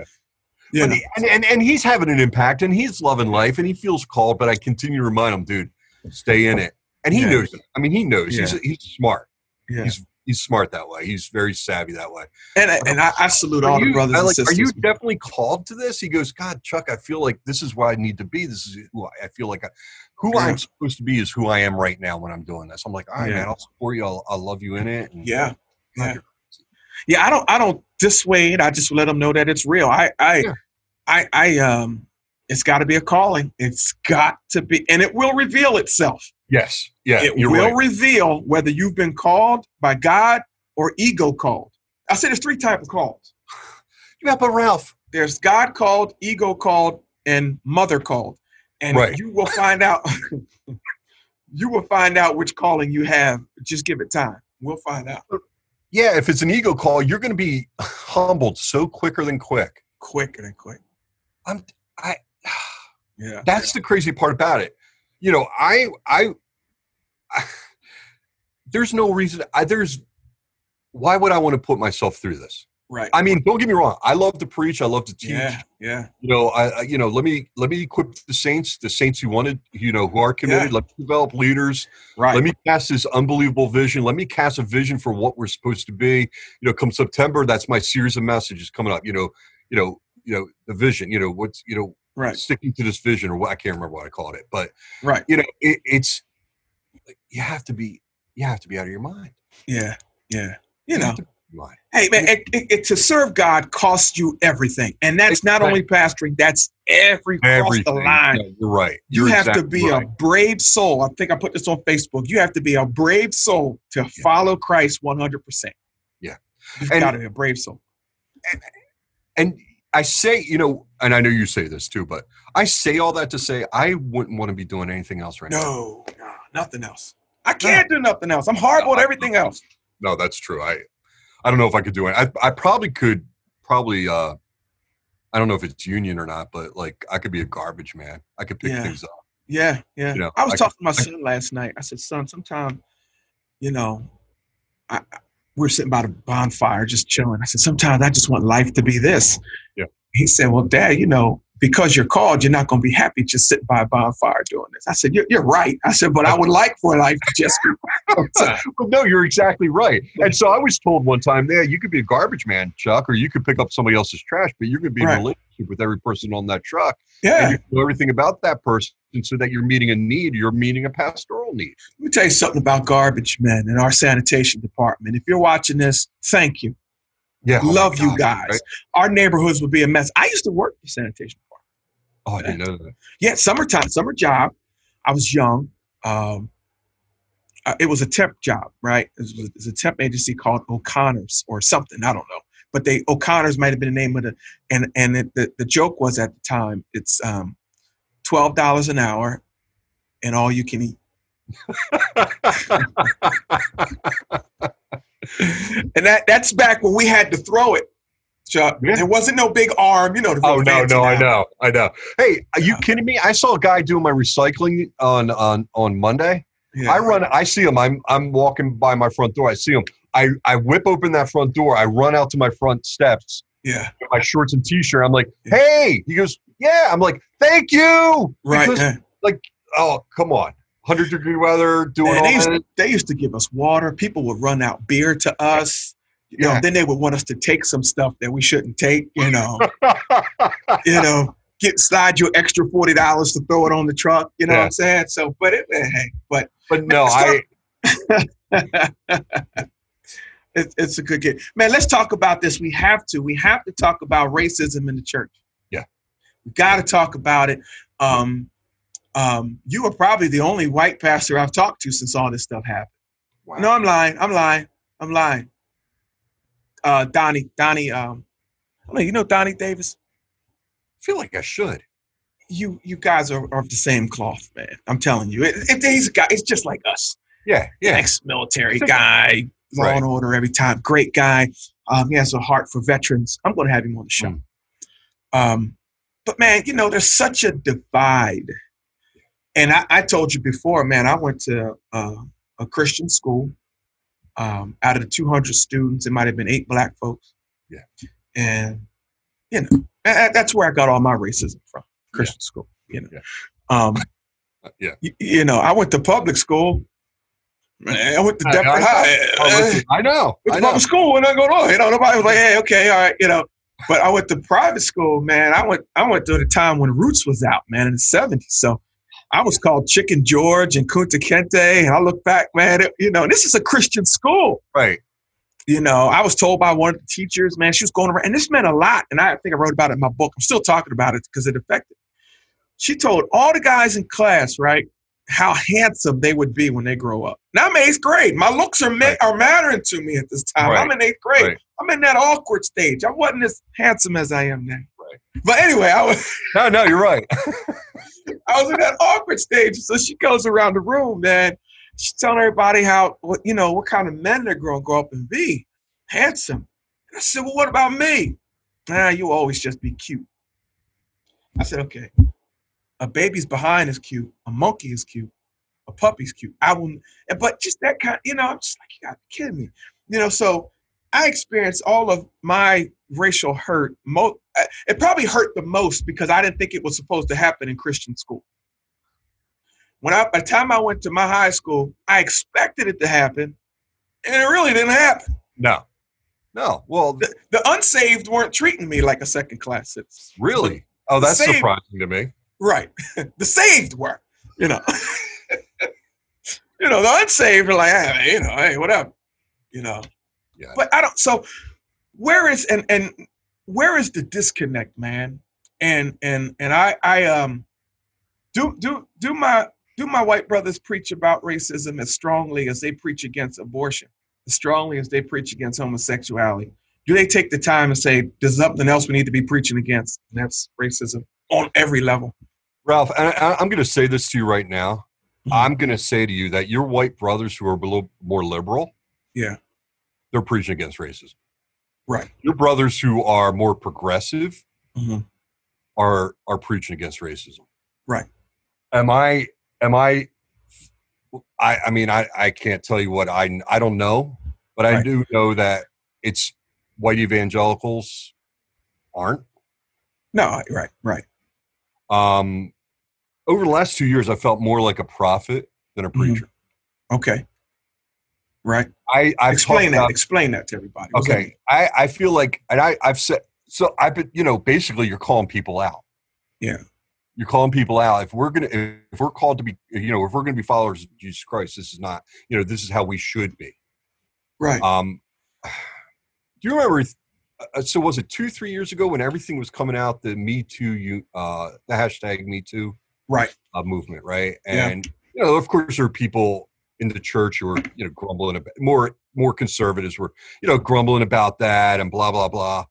S1: you
S2: But
S1: know,
S2: he- and, and and he's having an impact, and he's loving life, and he feels called. But I continue to remind him, dude, stay in it. And he
S1: Yeah.
S2: knows. It. I mean, he knows. He's he's smart.
S1: Yeah.
S2: He's he's smart that way. He's very savvy that way.
S1: and I- and I, I salute all
S2: Are
S1: the
S2: you-
S1: brothers
S2: I
S1: and
S2: like,
S1: sisters.
S2: Are you definitely called to this? He goes, God, Chuck, I feel like this is where I need to be. This is who I, I feel like I, who
S1: Yeah.
S2: I'm supposed to be is who I am right now when I'm doing this. I'm like, all right,
S1: Yeah.
S2: man, I'll support you. I'll, I'll love you in it. And
S1: yeah,
S2: God,
S1: yeah.
S2: you're-
S1: yeah. I don't I don't dissuade. I just let them know that it's real. I I
S2: Yeah.
S1: I, I um, it's got to be a calling. It's got to be, and it will reveal itself.
S2: Yes. Yeah.
S1: it
S2: you're
S1: will
S2: right.
S1: reveal whether you've been called by God or ego called. I said there's three type of calls.
S2: Yeah, but Ralph,
S1: There's God called, ego called, and mother called. And
S2: Right.
S1: you will find out you will find out which calling you have. Just give it time. We'll find out
S2: yeah, if it's an ego call, you're going to be humbled so quicker than quick.
S1: quicker than quick.
S2: I'm, I,
S1: Yeah.
S2: that's the crazy part about it. You know, I, I, I there's no reason, I, there's, why would I want to put myself through this?
S1: Right.
S2: I mean, don't get me wrong. I love to preach. I love to teach.
S1: yeah, yeah.
S2: You know, I, I you know let me let me equip the saints, the saints who wanted, you know, who are committed. Let me develop leaders.
S1: Right.
S2: Let me cast this unbelievable vision. Let me cast a vision for what we're supposed to be. You know, come September, that's my series of messages coming up. You know, you know, you know, the vision. You know, what's you know,
S1: right.
S2: sticking to this vision or what I can't remember what I called it, but
S1: Right.
S2: you know, it, it's you have to be you have to be out of your mind.
S1: Yeah. Yeah. You know.
S2: have to be out of your mind.
S1: Hey man, it, it, it, to serve God costs you everything, and that's not only pastoring. That's every cross the
S2: everything.
S1: line.
S2: Yeah, you're right.
S1: You
S2: You're
S1: have to
S2: exactly
S1: be
S2: right.
S1: a brave soul. I think I put this on Facebook. You have to be a brave soul to follow Christ 100%.
S2: Yeah.
S1: You've
S2: And-
S1: got to be a brave soul.
S2: and I say, you know, and I know you say this too, but I say all that to say I wouldn't want to be doing anything else right now.
S1: No, no, nothing else. I can't do nothing else. I'm horrible at everything else.
S2: No, that's true. I, I don't know if I could do it. I, I probably could, probably. uh I don't know if it's union or not, but like I could be a garbage man. I could pick
S1: Yeah.
S2: things up.
S1: Yeah, yeah.
S2: You know,
S1: I was
S2: I
S1: talking to my son last night. I said, son, sometime, you know, I, I- we're sitting by the bonfire just chilling. I said, sometimes I just want life to be this.
S2: Yeah.
S1: He said, well, dad, you know, because you're called, you're not going to be happy just sitting by a bonfire doing this. I said, you're, you're right. I said, but I would like for life to just be
S2: Well, no, you're exactly right. And so I was told one time, yeah, you could be a garbage man, Chuck, or you could pick up somebody else's trash, but you're going to be
S1: Right.
S2: in a relationship with every person on that truck,
S1: Yeah.
S2: and you know everything about that person, so that you're meeting a need. You're meeting a pastoral need.
S1: Let me tell you something about garbage men and our sanitation department. If you're watching this, thank you.
S2: Yeah, oh my
S1: Love you guys.
S2: God, right?
S1: Our neighborhoods would be a mess. I used to work for sanitation department.
S2: Oh, I didn't know that.
S1: Yeah, summertime, summer job. I was young. Um, uh, it was a temp job, right? It was, it was a temp agency called O'Connor's or something. I don't know, but they O'Connor's might have been the name of the and and it, the the joke was at the time it's um, twelve dollars an hour and all you can eat. and that that's back when we had to throw it. Chuck,
S2: Yeah.
S1: there wasn't no big arm, you know. The
S2: Oh no, no, I
S1: now.
S2: know, I know. Hey, are you
S1: Yeah.
S2: kidding me? I saw a guy doing my recycling on on on Monday.
S1: Yeah.
S2: I run, I see him. I'm I'm walking by my front door. I see him. I I whip open that front door. I run out to my front steps,
S1: yeah,
S2: with my shorts and t-shirt. I'm like,
S1: Yeah.
S2: hey. He goes, yeah. I'm like, thank you.
S1: right.
S2: Because-
S1: yeah.
S2: oh, come on. Hundred degree weather, doing
S1: Man,
S2: all
S1: they, used,
S2: that.
S1: they used to give us water. People would run out beer to us. You know,
S2: Yeah.
S1: then they would want us to take some stuff that we shouldn't take. You know, you know, get slide you extra forty dollars to throw it on the truck. You know what
S2: Yeah.
S1: I'm saying? So, but it, hey, but
S2: but no, I
S1: it, it's a good game, man. Let's talk about this. We have to. We have to talk about racism in the church.
S2: Yeah.
S1: we got to talk about it. Um, um, you are probably the only white pastor I've talked to since all this stuff happened.
S2: Wow.
S1: No, I'm lying. I'm lying. I'm lying. Uh, Donnie, Donnie, um, I mean, you know Donnie Davis.
S2: feel like I should.
S1: You you guys are, are of the same cloth, man. I'm telling you, it, it, he's a guy. It's just like us.
S2: Yeah, yeah.
S1: Ex-military guy, law
S2: Right.
S1: and order every time. Great guy. Um, he has a heart for veterans. I'm going to have him on the
S2: Hmm.
S1: show. Um, but man, you know, there's such a divide. And I, I told you before, man, I went to uh, a Christian school. Um, out of the 200 students, it might have been eight black folks.
S2: Yeah.
S1: And, you know, tha- tha- that's where I got all my racism from Christian school, you know.
S2: Yeah.
S1: Um,
S2: Yeah.
S1: y- you know, I went to public school. Man, I went to
S2: I-
S1: Deptford
S2: I-
S1: High.
S2: Oh, listen, I know.
S1: Went
S2: I
S1: to
S2: know.
S1: public school, and I going on. You know, nobody was like, "Hey, okay, all right," you know. But I went to private school, man. I went, I went through the time when Roots was out, man, in the '70s. So I was called Chicken George and Kunta Kente, and I look back, man, it- you know, and this is a Christian school.
S2: Right.
S1: You know, I was told by one of the teachers, man, she was going around, and this meant a lot. And I think I wrote about it in my book. I'm still talking about it because it affected. She told all the guys in class, right, how handsome they would be when they grow up. Now I'm in eighth grade. My looks are ma-
S2: Right.
S1: are mattering to me at this time. I'm in eighth grade.
S2: Right.
S1: I'm in that awkward stage. I wasn't as handsome as I am now. But anyway, I was.
S2: No, no, you're right.
S1: I was in that awkward stage. So she goes around the room, man. She's telling everybody how, what, you know, what kind of men they're going to grow up and be. Handsome. I said, well, what about me? Nah, you always just be cute. I said, okay. A baby's behind is cute. A monkey is cute. A puppy's cute. I will, and- but just that kind, you know, I'm just like, you got to be kidding me. You know, so I experienced all of my racial hurt. Mo- I- it probably hurt the most because I didn't think it was supposed to happen in Christian school. When I, by the time I went to my high school, I expected it to happen, and it really didn't happen.
S2: No. No. Well,
S1: The, the unsaved weren't treating me like a second class citizen.
S2: really? Oh, that's
S1: Same.
S2: surprising to me.
S1: Right. the saved were, you know. you know, the unsaved are like, hey, you know, hey, whatever. You know.
S2: Yeah.
S1: But I don't so where is and and where is the disconnect, man? And and and I I um do do do my do my white brothers preach about racism as strongly as they preach against abortion, as strongly as they preach against homosexuality? Do they take the time and say there's something else we need to be preaching against, and that's racism on every level?
S2: Ralph, I, I, I'm going to say this to you right now.
S1: Mhm.
S2: I'm going to say to you that your white brothers who are below, more liberal,
S1: Yeah.
S2: they're preaching against racism.
S1: Right.
S2: Your brothers who are more progressive
S1: Mhm.
S2: are are preaching against racism.
S1: Right.
S2: Am I? Am I? I, I mean, I, I can't tell you what I I don't know, but I
S1: Right.
S2: do know that it's white evangelicals aren't.
S1: No, right, right.
S2: Um, over the last two years, I felt more like a prophet than a
S1: Mm-hmm.
S2: preacher.
S1: Okay. Right.
S2: I I've
S1: explain that.
S2: talked
S1: explain that to everybody.
S2: about- okay, I I feel like, and I I've said so. I've been, you know, basically, you're calling people out.
S1: Yeah.
S2: You're calling people out. If we're gonna, if we're called to be, you know, if we're gonna be followers of Jesus Christ, this is not, you know, this is how we should be.
S1: Right.
S2: Um, do you remember? uh, So was it two, three years ago when everything was coming out? The Me Too, you, uh, the hashtag Me Too.
S1: right.
S2: uh, movement, right?
S1: Yeah.
S2: And you know, of course, there are people in the church who were you know grumbling about more more conservatives were you know grumbling about that and blah blah blah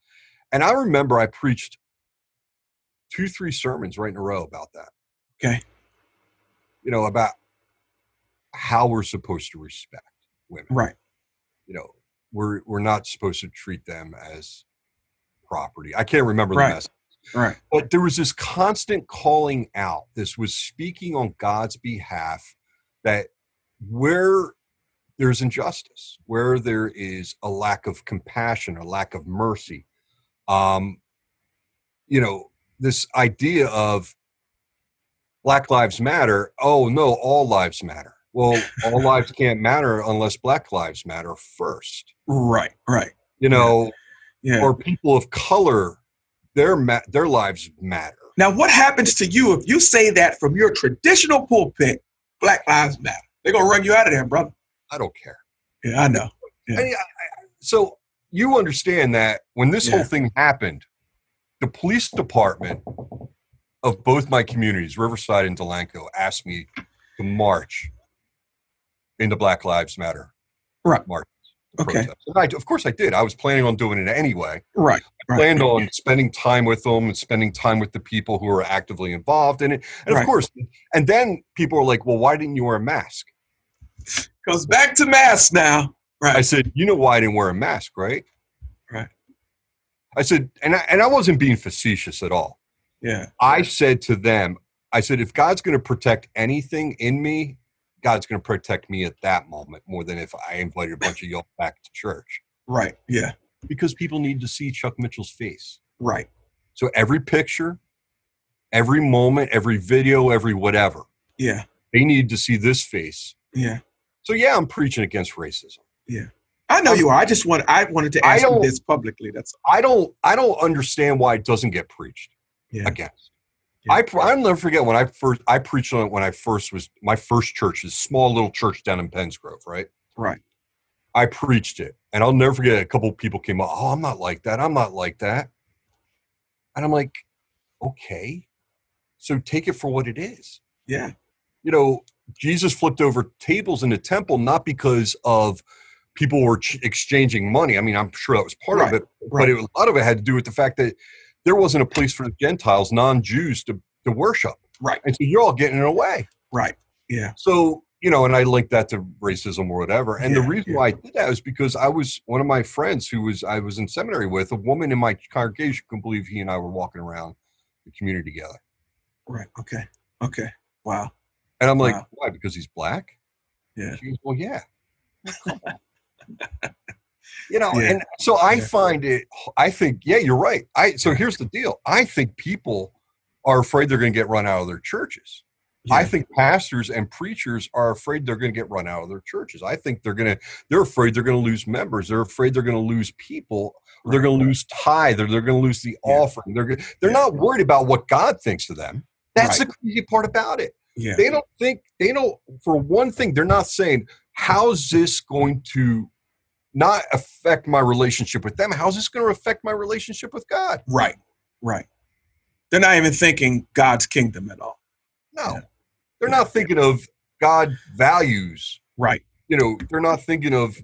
S2: and i remember i preached two three sermons right in a row about that
S1: Okay.
S2: you know about how we're supposed to respect women
S1: Right.
S2: you know we're we're not supposed to treat them as property i can't remember
S1: Right.
S2: the message
S1: Right.
S2: but there was this constant calling out this was speaking on god's behalf that where there's injustice where there is a lack of compassion or lack of mercy um you know this idea of black lives matter oh no all lives matter well all lives can't matter unless black lives matter first
S1: Right. Right.
S2: you know
S1: Yeah.
S2: or people of color their ma- their lives matter
S1: now, what happens to you if you say that from your traditional pulpit? Black Lives Matter. They're gonna run you out of there, brother.
S2: I don't care.
S1: Yeah, I know. Yeah.
S2: I mean, I, I, so you understand that when this
S1: Yeah.
S2: whole thing happened, the police department of both my communities, Riverside and Delanco, asked me to march in the Black Lives Matter
S1: Right.
S2: march.
S1: Okay.
S2: protest. And I, of course, I did. I was planning on doing it anyway.
S1: Right. Right.
S2: Planned on spending time with them and spending time with the people who are actively involved in it. And
S1: Right.
S2: of course, and then people are like, "Well, why didn't you wear a mask?"
S1: Goes back to mass now. Right.
S2: I said, "You know why I didn't wear a mask, right?"
S1: Right.
S2: I said, and I, and I wasn't being facetious at all.
S1: yeah.
S2: I said to them, I said, if God's going to protect anything in me, God's going to protect me at that moment more than if I invited a bunch of y'all back to church
S1: Right. Yeah.
S2: because people need to see Chuck Mitchell's face.
S1: Right.
S2: So every picture, every moment, every video, every whatever,
S1: Yeah.
S2: they need to see this face.
S1: Yeah.
S2: So yeah, I'm preaching against racism.
S1: I know you are. I just want. I wanted to
S2: I
S1: ask you
S2: don't-
S1: this publicly. That's
S2: I don't I don't understand why it doesn't get preached
S1: Yeah.
S2: against.
S1: Yeah.
S2: I I'll never forget when I first I preached on it when I first was my first church, this small little church down in Pennsgrove, right?
S1: right.
S2: I preached it, and I'll never forget. A couple of people came up, oh, I'm not like that. I'm not like that, and I'm like, okay, so take it for what it is.
S1: Yeah.
S2: You know, Jesus flipped over tables in the temple not because of people were ch- exchanging money. I mean, I'm sure that was part
S1: Right.
S2: of it,
S1: Right.
S2: but it, a lot of it had to do with the fact that there wasn't a place for the Gentiles, non-Jews, to to worship.
S1: Right.
S2: and so you're all getting in the way.
S1: Right. Yeah.
S2: So you know, and I linked that to racism or whatever. And
S1: Yeah,
S2: the reason
S1: yeah.
S2: why I did that was because I was one of my friends who was I was in seminary with a woman in my congregation. Couldn't believe he and I were walking around the community together.
S1: Right. Okay. Okay. Wow.
S2: And I'm like,
S1: Wow.
S2: why? Because he's black.
S1: Yeah.
S2: She goes, well, yeah. you know,
S1: Yeah.
S2: and so I
S1: Yeah.
S2: find it. I think, yeah, you're right. I so
S1: Yeah.
S2: here's the deal. I think people are afraid they're going to get run out of their churches. I
S1: Yeah.
S2: think pastors and preachers are afraid they're going to get run out of their churches. I think they're going to they're afraid they're going to lose members. They're afraid they're going to lose people. They're
S1: Right.
S2: going to lose tithe. They're, they're going to lose the
S1: Yeah.
S2: offering. They're gonna- they're
S1: Yeah.
S2: not worried about what God thinks of them. That's the crazy part about it.
S1: Yeah.
S2: They don't think they don't for one thing they're not saying how's this going to not affect my relationship with them? How's this going to affect my relationship with God?
S1: Right. Right. They're not even thinking God's kingdom at all.
S2: No.
S1: Yeah.
S2: They're
S1: Yeah.
S2: not thinking of God values
S1: Right.
S2: you know they're not thinking of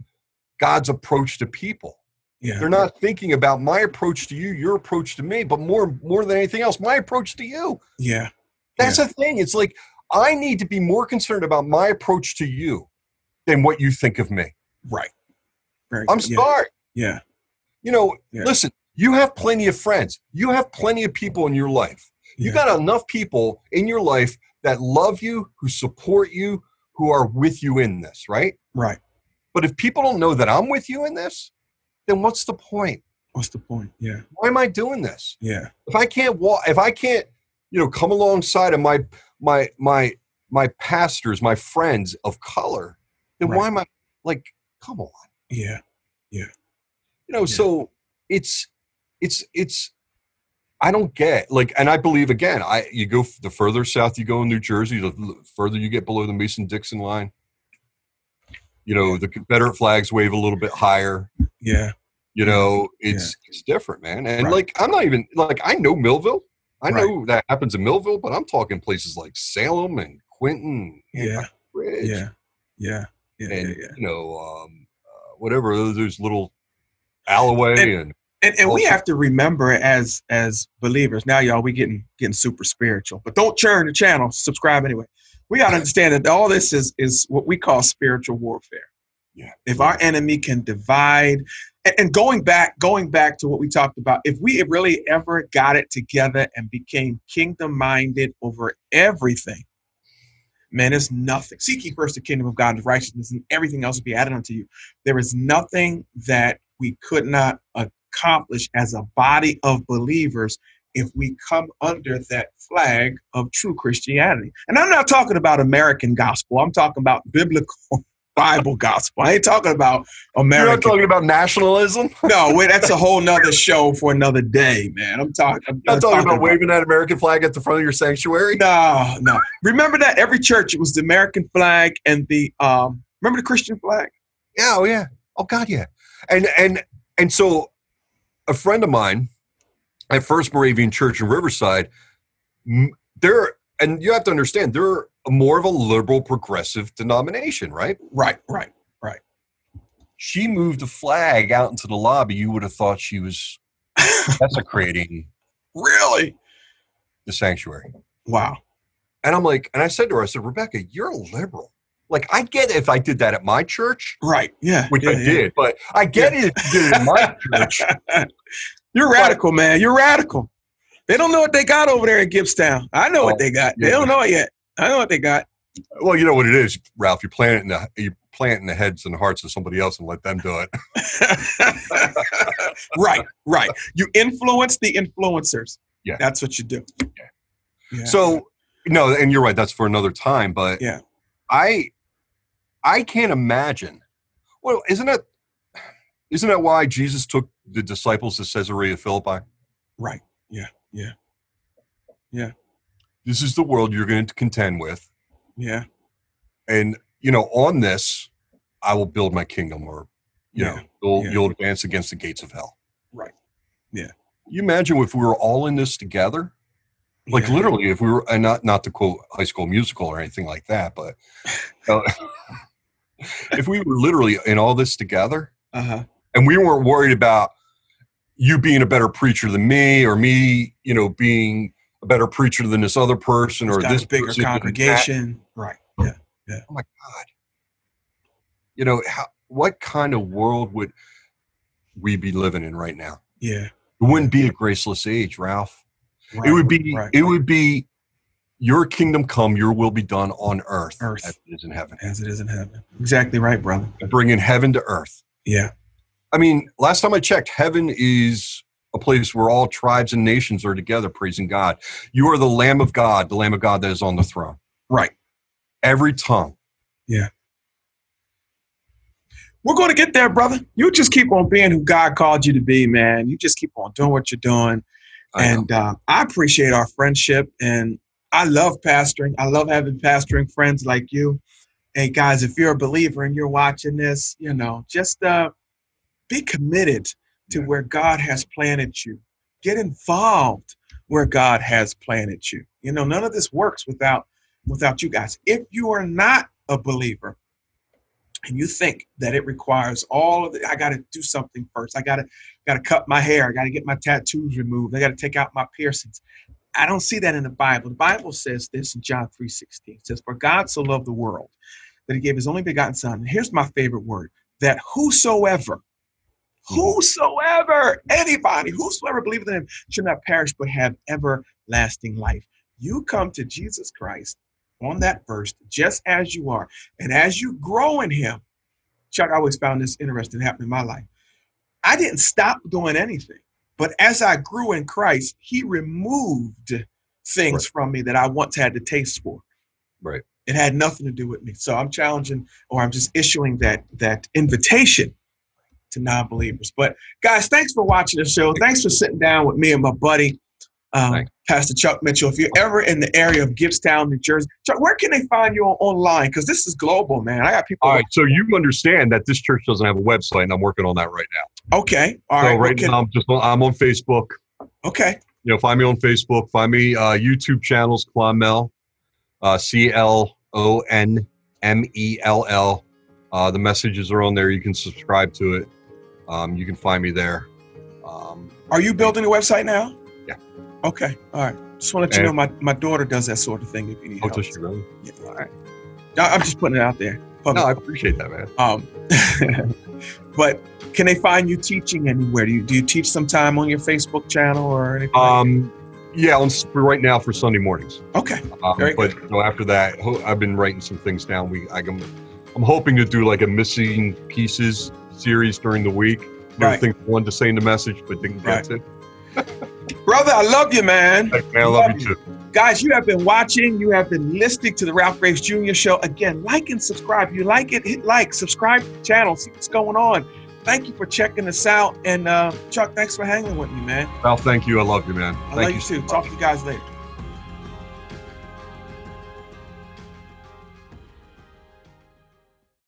S2: god's approach to people
S1: Yeah.
S2: they're not thinking about my approach to you your approach to me but more more than anything else my approach to you
S1: Yeah.
S2: that's the thing it's like i need to be more concerned about my approach to you than what you think of me
S1: Right. Very
S2: i'm
S1: yeah,
S2: sorry
S1: Yeah.
S2: you know
S1: Yeah.
S2: listen you have plenty of friends you have plenty of people in your life
S1: Yeah.
S2: you got enough people in your life that love you who support you who are with you in this right
S1: Right.
S2: But if people don't know that I'm with you in this, then what's the point?
S1: What's the point? Yeah.
S2: Why am I doing this?
S1: Yeah.
S2: If I can't walk, if I can't, you know, come alongside of my my my my pastors, my friends of color, then
S1: Right.
S2: why am I like, come on,
S1: Yeah.
S2: you know?
S1: Yeah.
S2: So it's it's it's I don't get like, and I believe again, I you go f- the further south you go in New Jersey, the l- further you get below the Mason Dixon line. You know, the Confederate flags wave a little bit higher.
S1: Yeah.
S2: you know it's it's different man and
S1: Right.
S2: like i'm not even like i know millville i
S1: Right.
S2: know that happens in millville but i'm talking places like salem and quinton and
S1: Yeah.
S2: Ridge.
S1: Yeah. Yeah. yeah,
S2: and
S1: yeah, yeah.
S2: you know um, uh, whatever there's little alleyway and,
S1: And, and we
S2: Also-
S1: have to remember as as believers now, y'all. We getting getting super spiritual, but don't churn the channel. Subscribe anyway. We gotta understand that all this is is what we call spiritual warfare.
S2: Yeah.
S1: If our enemy can divide, and, and going back going back to what we talked about, if we really ever got it together and became kingdom minded over everything, man, it's nothing. Seek ye first the kingdom of God and his righteousness, and everything else will be added unto you. There is nothing that we could not accomplish as a body of believers if we come under that flag of true Christianity. And I'm not talking about American gospel, I'm talking about biblical Bible gospel. I ain't talking about
S2: you're not
S1: American.
S2: talking about nationalism
S1: no, wait, that's a whole nother show for another day, man. I'm talking. I'm
S2: not talking about waving that american flag at the front of your sanctuary
S1: No, no. Remember that every church it was the American flag and the um. Remember the Christian flag?
S2: yeah oh yeah oh god yeah and and and so a friend of mine at first moravian church in riverside m- they're and you have to understand they're more of a liberal progressive denomination right
S1: Right, right.
S2: she moved a flag out into the lobby, you would have thought she was desecrating
S1: Really?
S2: the sanctuary.
S1: Wow.
S2: And I'm like, and I said to her, I said, Rebecca, you're a liberal. Like, I get if I did that at my church,
S1: Right. Yeah.
S2: which
S1: yeah,
S2: I
S1: yeah.
S2: did, but I get it if you did it at my church.
S1: You're radical, man. You're radical. They don't know what they got over there in Gibbstown. I know what
S2: Oh,
S1: they got. They
S2: yeah.
S1: don't know it yet. I know what they got.
S2: Well, you know what it is, Ralph. You plant it in the you plant it in the heads and hearts of somebody else and let them do it.
S1: right, right. You influence the influencers.
S2: Yeah.
S1: That's what you do. Yeah.
S2: So no, and you're right, that's for another time, but
S1: Yeah.
S2: I I can't imagine. Well, isn't that isn't that why Jesus took the disciples to Caesarea Philippi?
S1: right.
S2: This is the world you're going to contend with,
S1: Yeah.
S2: and you know, on this, I will build my kingdom, or you
S1: Yeah.
S2: know, you'll
S1: Yeah.
S2: you'll advance against the gates of hell.
S1: Right. Yeah.
S2: You imagine if we were all in this together, like
S1: yeah.
S2: literally, if we were, and not not to quote High School Musical or anything like that, but uh, if we were literally in all this together,
S1: Uh-huh.
S2: and we weren't worried about you being a better preacher than me or me you know being a better preacher than this other person or
S1: It's got
S2: this
S1: a bigger
S2: person than that.
S1: congregation. Right. Yeah.
S2: oh my god you know how, what kind of world would we be living in right now
S1: Yeah.
S2: it wouldn't be a graceless age ralph
S1: Right.
S2: it would be
S1: right.
S2: it would be your kingdom come your will be done on earth,
S1: Earth.
S2: as it is in heaven
S1: as it is in heaven. Exactly right, brother.
S2: bringing heaven to earth
S1: Yeah.
S2: I mean, last time I checked, heaven is a place where all tribes and nations are together praising God. You are the Lamb of God, the Lamb of God that is on the throne.
S1: Right.
S2: Every tongue.
S1: We're going to get there, brother. You just keep on being who God called you to be, man. You just keep on doing what you're doing.
S2: I know.
S1: and uh, I appreciate our friendship. And I love pastoring. I love having pastoring friends like you. Hey, guys, if you're a believer and you're watching this, you know, just uh, be committed to
S2: Yeah.
S1: where God has planted you. Get involved where God has planted you. You know, none of this works without without you guys. If you are not a believer and you think that it requires all of the, I got to do something first. I got to got to cut my hair. I got to get my tattoos removed. I got to take out my piercings. I don't see that in the Bible. The Bible says this in John 3:16. It says, "For God so loved the world that he gave his only begotten son." And here's my favorite word, that whosoever whosoever anybody whosoever believeth in him should not perish but have everlasting life. You come to Jesus Christ on that verse just as you are. And as you grow in him, Chuck, I always found this interesting happening in my life. I didn't stop doing anything. But as I grew in Christ, he removed things
S2: Right.
S1: from me that I once had the taste for.
S2: Right.
S1: It had nothing to do with me. So I'm challenging or I'm just issuing that that invitation to non-believers. But guys, thanks for watching the show. Thanks for sitting down with me and my buddy, um,
S2: Thanks.
S1: Pastor Chuck Mitchell. If you're ever in the area of Gibbstown, New Jersey, Chuck, where can they find you on- online? Because this is global, man. I got people.
S2: All right. So you understand that this church doesn't have a website, and I'm working on that right now.
S1: Okay. All
S2: so
S1: right.
S2: right
S1: okay.
S2: now, I'm just on, I'm on Facebook.
S1: okay.
S2: You know, find me on Facebook. Find me uh, YouTube channels, Clonmel, uh, C L O N M E L L Uh, the messages are on there. You can subscribe to it. Um, you can find me there. Um,
S1: Are you building a website now?
S2: Yeah.
S1: Okay. All right. Just want to let you
S2: And-
S1: know my, my daughter does that sort of thing if you need
S2: oh,
S1: help.
S2: does she really?
S1: Yeah. All right. I- I'm just putting it out there.
S2: No, I
S1: Public.
S2: appreciate that, man.
S1: Um, but can they find you teaching anywhere? Do you, do you teach sometime on your Facebook channel or anything? like
S2: Um, yeah, on, s- for right now for Sunday mornings.
S1: that? okay.
S2: Um,
S1: Very
S2: but you know, after that, ho- I've been writing some things down. We, I, am I'm hoping to do like a missing pieces series during the week. You know,
S1: Right.
S2: things I wanted to say in the message, but didn't get to.
S1: Brother, I love you, man.
S2: Like, man, I love you too.
S1: Guys, you have been watching, you have been listening to the Ralph Graves Jr. show. Again, like and subscribe. If you like it, hit like, subscribe to the channel, see what's going on. Thank you for checking us out. And uh, Chuck, thanks for hanging with me, man.
S2: Ralph, thank you. I love you, man.
S1: I
S2: thank
S1: love you
S2: so
S1: too.
S2: much.
S1: Talk to you guys later.